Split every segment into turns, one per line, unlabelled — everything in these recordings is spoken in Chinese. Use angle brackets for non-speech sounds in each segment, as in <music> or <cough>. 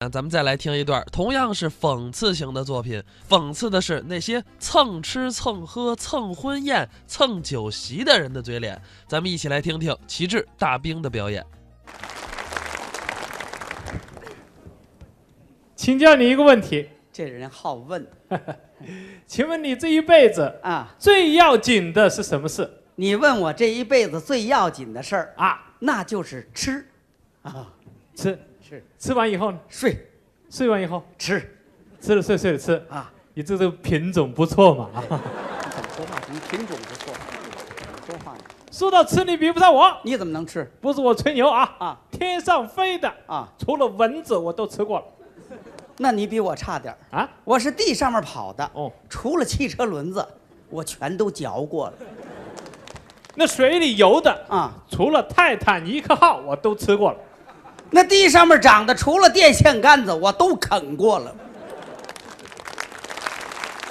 啊，咱们再来听一段同样是讽刺型的作品，讽刺的是那些蹭吃蹭喝、蹭婚宴、蹭酒席的人的嘴脸。咱们一起来听听旗帜大兵的表演。
请教你一个问题，
这人好问
请问你这一辈子
啊！
最要紧的是什么事
你问我这一辈子最要紧的事儿，
啊？
那就是吃，啊，
吃
吃
吃完以后呢？
睡
睡完以后
吃
吃了睡，睡了吃。
啊！
你这个品种不错嘛 <laughs> 啊！
你怎么说话？你品种不错，怎么说话呢？
说到吃，你比不上我，
你怎么能吃
不是我吹牛啊！
啊
天上飞的，
啊？
除了蚊子我都吃过了
那你比我差点儿，
啊！
我是地上面跑的，
哦，
除了汽车轮子，我全都嚼过了
那水里游的，
啊。
除了泰坦尼克号我都吃过了。
那地上面长的，除了电线杆子，我都啃过了。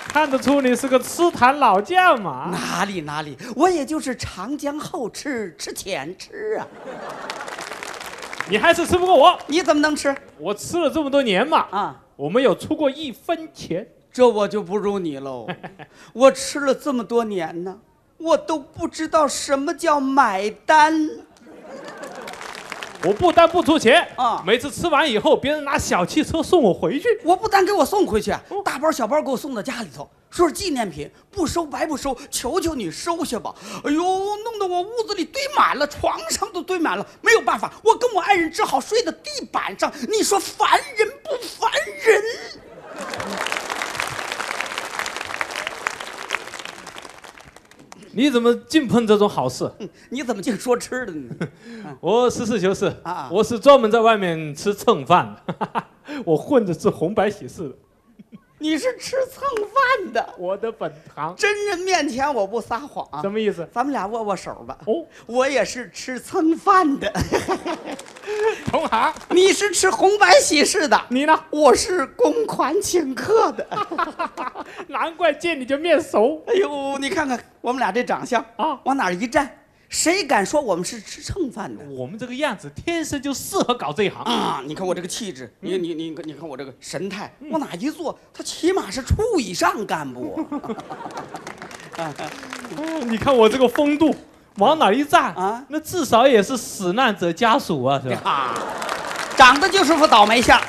看得出你是个吃坛老将嘛？
哪里哪里，我也就是长江后吃，吃前吃啊！
你还是吃不过我，
你怎么能吃
我吃了这么多年嘛，
啊？
我没有出过一分钱。
这我就不如你喽。我吃了这么多年呢，我都不知道什么叫买单。
我不但不出钱
啊
每次吃完以后，别人拿小汽车送我回去。
我不但给我送回去，大包小包给我送到家里头，说是纪念品，不收白不收，求求你收下吧。哎呦，弄得我屋子里堆满了，床上都堆满了，没有办法，我跟我爱人只好睡到地板上。你说烦人不烦人？
你怎么净碰这种好事？
哼你怎么净说吃的呢？
我实事求是
啊
我是专门在外面吃蹭饭的， <laughs> 我混着吃红白喜事的，
你是吃蹭饭的，
我的本行。
真人面前我不撒谎。啊
什么意思？
咱们俩握握手吧。
哦，
我也是吃蹭饭的， <laughs>
同行，
你是吃红白喜事的，
你呢？
我是公款请客的。
难怪见你就面熟
哎呦，你看看我们俩这长相，
啊！
往哪儿一站，谁敢说我们是吃蹭饭的
我们这个样子天生就适合搞这一行。
啊？你看我这个气质，你你你你看我这个神态，往哪一坐，他起码是处以上干部
嗯你看我这个风度，往哪一站
啊
那至少也是死难者家属啊，
<laughs>
是吧？
啊，长得就是副倒霉相。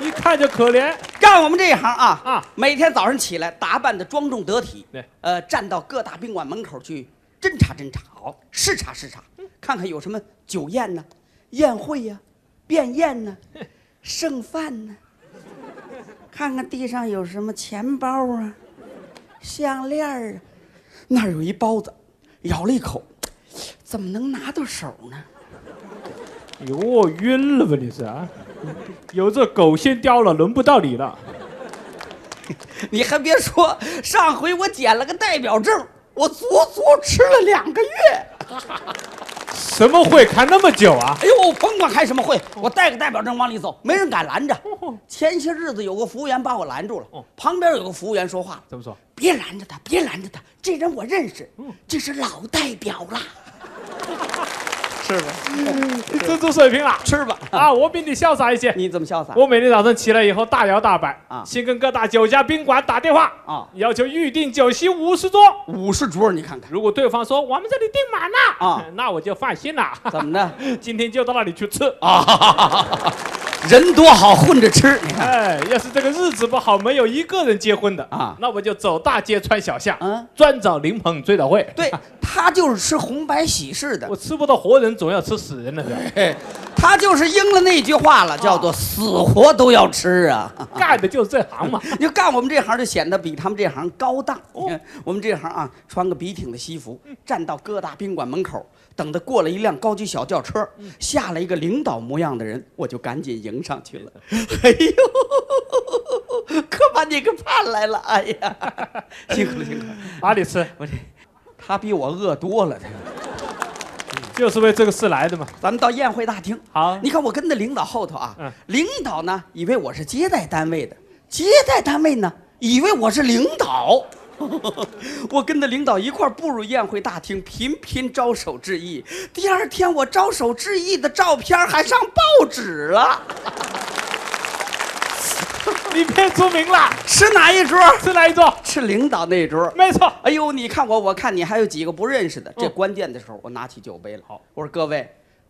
一看就可怜。
干我们这一行啊
啊
每天早上起来打扮的庄重得体，
对，
呃，站到各大宾馆门口去侦查侦查，好，视察视察，看看有什么酒宴呢、宴会呀、便
<laughs>
宴呢、剩饭呢、看看地上有什么钱包啊、项链儿啊，那儿有一包子，咬了一口，怎么能拿到手呢？
你哎我晕了吧你是啊？有这狗先叼了，轮不到你了。
你还别说，上回我捡了个代表证，我足足吃了两个月。
什么会看那么久啊？
哎呦，我甭管开什么会，我带个代表证往里走，没人敢拦着。前些日子有个服务员把我拦住了
哦，
旁边有个服务员说话了
怎么说？：“
别拦着他，别拦着他，这人我认识，这是老代表了。
你这种水平了”
吃吧，
啊！我比你潇洒一些。
你怎么潇洒？
我每天早上起来以后大摇大摆
啊
先跟各大酒家宾馆打电话
啊
要求预定酒席五十桌。
五十桌，你看看
如果对方说我们这里订满了哎
啊
那我就放心
<laughs>
了。
怎
<laughs>
么的
今天就到那里去吃。
啊？人多好混着吃，
<laughs>
你看，
哎，要是这个日子不好，没有一个人结婚的
啊
那我就走大街穿小巷，
嗯
专找灵棚追悼会。
对他就是吃红白喜事的
我，吃不到活人，总要吃死人的。是吧
<laughs> 嘿他就是应了那句话了，叫做死活都要吃啊。
干的就是这行
<laughs>
嘛。
你就干我们这行就显得比他们这行高档。你看 <laughs> 我们这行啊，穿个笔挺的西服，站到各大宾馆门口，等着过了一辆高级小轿车，下来一个领导模样的人，我就赶紧迎上去了。 <laughs> 哎呦， <laughs> 可把你给盼来了！哎呀，辛苦了，辛苦了。
哪里吃？
我这他比我饿多了。他
就是为这个事来的嘛。
咱们到宴会大厅，
好
你看我跟着领导后头啊，
啊嗯
领导呢以为我是接待单位的，接待单位呢以为我是领导。 <laughs> 我跟着领导一块儿步入宴会大厅，频频招手致意。第二天，我招手致意的照片还上报纸了。
你变出名了，
吃哪一桌？
是哪一桌？
吃领导那一桌。
没错，
哎呦，你看我，我看你，还有几个不认识的。这
嗯
关键的时候，我拿起酒杯了。好，我说各位，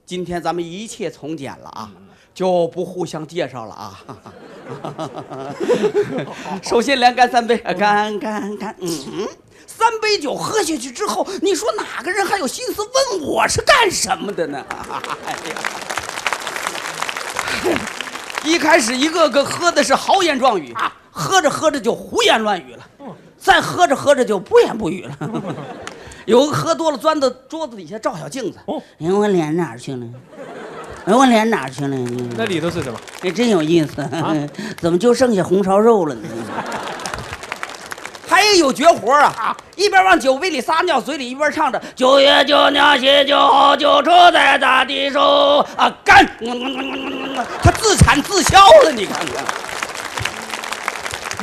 今天咱们一切从简了啊，
嗯
就不互相介绍了啊。 <laughs> 首先连干三杯，呃干干干，嗯。三杯酒喝下去之后，你说哪个人还有心思问我是干什么的呢？ <laughs> 哎呀，一开始一个个喝的是豪言壮语啊，喝着喝着就胡言乱语了，再喝着喝着就不言不语了。有个喝多了钻到桌子底下照小镜子
哦，
哎，我脸哪儿去了？哎，我脸哪儿去了？
那里头是什么？
哎，真有意思，
啊
<laughs> 怎么就剩下红烧肉了呢？还有绝活啊！一边往酒杯里撒尿，嘴里一边唱着“九月九鸟写酒好酒出在大地手啊干”，嗯他自产自销了，你看看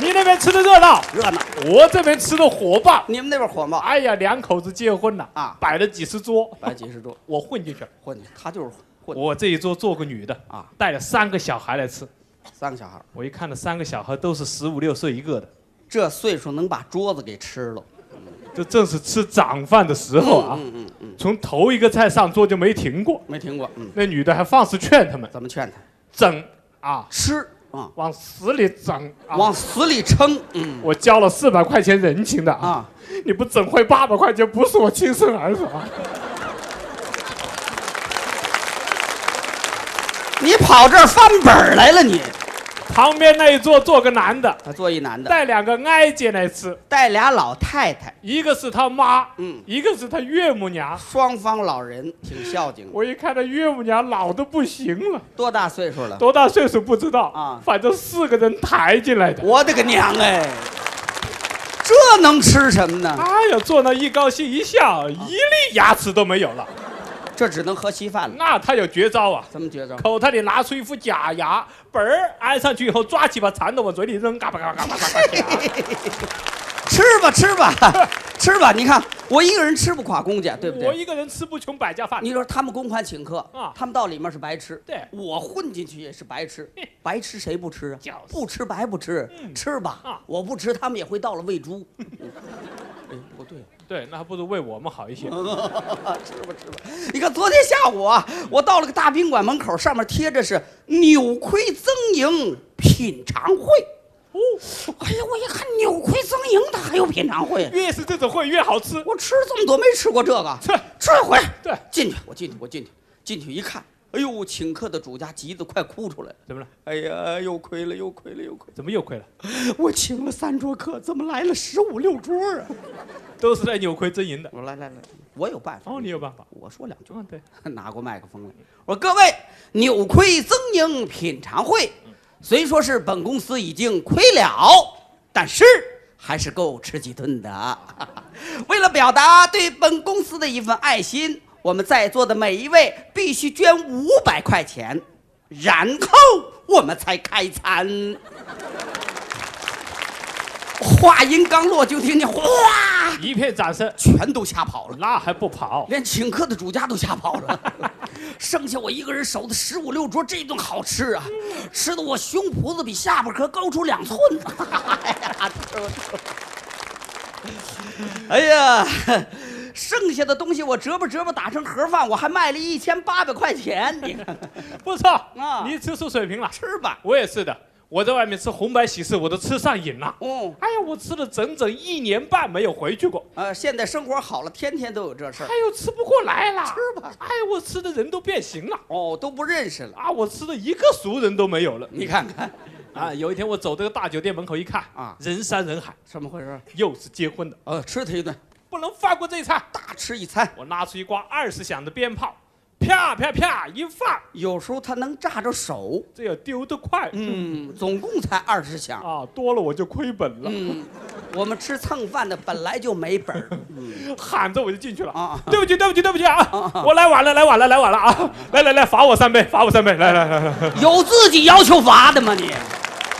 你那边吃的热闹，
热闹。
我这边吃的火爆。
你们那边火吗？
哎呀，两口子结婚了
啊
摆了几十桌，
摆几十桌
我混进去了。
混，他就是混
我这一桌坐个女的
啊，
带了三个小孩来吃。
三个小孩，
我一看，那三个小孩都是十五六岁一个的，
这岁数能把桌子给吃了。
这正是吃长饭的时候啊。
嗯嗯嗯，
从头一个菜上桌就没停过，
没听过。嗯，
那女的还放肆劝他们
咱们劝他
整啊，
吃啊，
往死里整啊。
往死里撑。嗯
我交了四百块钱人情的啊，
啊。
你不整回八百块钱，不是我亲生儿子啊！
你跑这儿翻本儿来了你？
旁边那一桌坐个男的，
他做一男的，
带两个挨姐来吃，
带俩老太太，
一个是他妈，
嗯
一个是他岳母娘。
双方老人挺孝敬的。
我一看他岳母娘老的不行了，
多大岁数了？
多大岁数不知道
啊
反正四个人抬进来的。
我的个娘哎！这能吃什么呢？
哎呀，坐那一高兴一笑，一粒牙齿都没有了。
这只能喝稀饭了。
那他有绝招啊！
怎么觉着？
口袋里拿出一副假牙，本儿安上去以后，抓起把蚕豆往嘴里扔，嘎巴嘎巴嘎巴嘎巴啊嘎巴。
吃吧吃吧 <laughs> 吃吧！你看我一个人吃不垮公家， <laughs> 对不
我
对？
一个人吃不穷百家饭。
你说他们公款请客
啊，
他们到里面是白吃，
对
我混进去也是白吃，白吃谁不吃啊
就是？
不吃白不吃，吃吧
啊！
我不吃，他们也会到了喂猪。哎，不对。
对，那还不如为我们好一些。
嗯吃吧吃吧。 <laughs> 你看昨天下午啊，我到了个大宾馆门口，上面贴着是“扭亏增盈品尝会”。哦，哎呀，我一看扭亏增盈，它还有品尝会。
越是这种会越好吃。
我吃这么多没吃过这个，
切
吃一回。
对
进去，我进去，我进去，进去一看，哎呦，请客的主家急得快哭出来了。
怎么了？
哎呀，又亏了，又亏了，又亏
怎么又亏了？
了！我请了三桌客，怎么来了十五六桌啊？
都是在扭亏真盈的。
我说来来来，我有办法。
哦，你有办法。
我说两句。
嗯，对。
<laughs> 拿过麦克风来，我说各位，扭亏增盈品尝会，虽说是本公司已经亏了，但是还是够吃几顿的。 <laughs> 为了表达对本公司的一份爱心，我们在座的每一位必须捐五百块钱，然后我们才开餐。话音刚落，就听见哗，
一片掌声，
全都吓跑了。
那还不跑？
连请客的主家都吓跑了， <laughs> 剩下我一个人守的十五六桌，这顿好吃啊，吃的我胸脯子比下巴壳高出两寸。哎呀，吃吧吃吧 <laughs> 哎呀，剩下的东西我折吧折吧打成盒饭，我还卖了一千八百块钱，你看看
不错
啊
你吃出水平了。
吃吧。
我也是的，我在外面吃红白喜事，我都吃上瘾了。
嗯，
哎呀，我吃了整整一年半没有回去过。
呃，现在生活好了，天天都有这事儿
哎，呦，吃不过来了。
吃吧。
哎呀，我吃的人都变形了。
哦，都不认识了。
啊，我吃的一个熟人都没有了。
你看看，
啊，有一天我走这个大酒店门口一看，
啊
啊，人山人海，
怎么回事？
又是结婚的，
呃，吃他一顿，
不能放过这一餐。
大吃一餐。
我拿出一挂二十响的鞭炮，啪啪啪一放，
有时候他能炸着手，
这要丢得快。
嗯，总共才二十响。
啊，多了我就亏本了，
嗯，我们吃蹭饭的本来就没本儿。
喊着我就进去了
啊
啊！对不起，对不起，对不起啊！我来晚了，来晚了，来晚了啊！来来来，罚我三杯，罚我三杯，来来来来，来
有自己要求罚的吗你？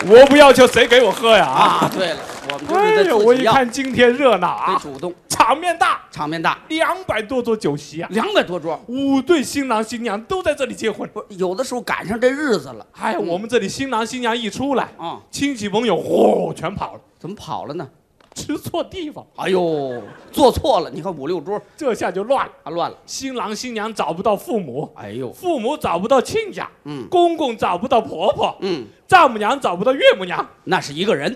我不要求谁给我喝呀啊！
啊，对了，我们就
哎
是
呦，
得
我
自
一
己要，
看今天热闹
得
啊，
主动。
操场面大，
场面大，
两百多桌酒席啊，
两百多桌，
五对新郎新娘都在这里结婚。
不是有的时候赶上这日子了
哎呀，
嗯
我们这里新郎新娘一出来，
啊，
亲戚朋友嚯全跑了，
怎么跑了呢？
吃错地方，
哎呦，做错了，你看五六桌
这下就乱了。
啊乱了，
新郎新娘找不到父母，
哎呦，
父母找不到亲家，
嗯
公公找不到婆婆，
嗯，
丈母娘找不到岳母娘，
那是一个人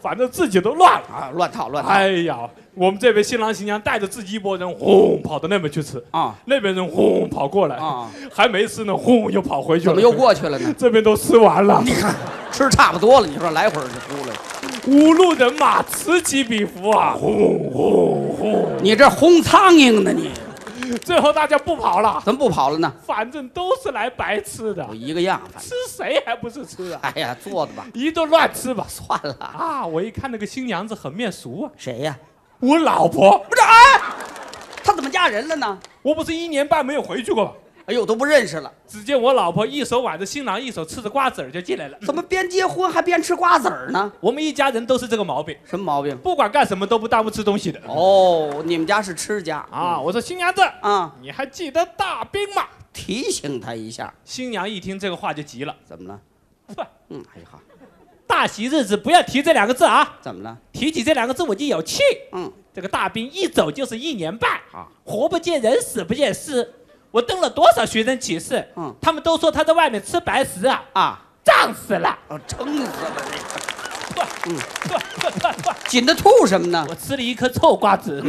反正自己都乱了。
啊，乱套乱套
哎呀，我们这边新郎新娘带着自己一拨人，轰跑到那边去吃，
啊
那边人轰跑过来，
啊，
还没吃呢，轰又跑回去
怎
了。
么又过去了呢？
这边都吃完了，
你看吃差不多了，你说来回儿就出来了，
五路人马此起彼伏啊，轰轰轰！
你这轰苍蝇呢你？
最后大家不跑了，
怎么不跑了呢？
反正都是来白吃的
我，一个样，反
吃谁还不是吃啊？
正哎呀，做的吧，
一顿乱吃吧。
算了，
啊，我一看那个新娘子很面熟啊，
谁呀？
我老婆，
不是哎，她怎么嫁人了呢？
我不是一年半没有回去过吗？
哎呦，都不认识了，
只见我老婆一手挽着新郎，一手吃着瓜子儿就进来了。
怎么边结婚还边吃瓜子儿呢？
我们一家人都是这个毛病，
什么毛病？
不管干什么都不耽误吃东西的。
哦，你们家是吃家
啊，我说新娘子，
啊，
你还记得大兵吗？
提醒他一下，
新娘一听这个话就急了，
怎么了？
哼
嗯，哎呀，
大喜日子不要提这两个字啊，
怎么了？
提起这两个字我就有气。
嗯，
这个大兵一走就是一年半
啊，
活不见人，死不见尸。我登了多少学生启事，
嗯
他们都说他在外面吃白食啊，
啊，
胀死了。
哦，撑死了这个，
不不不不
紧的吐什么呢？ <laughs> 嗯
我吃了一颗臭瓜子，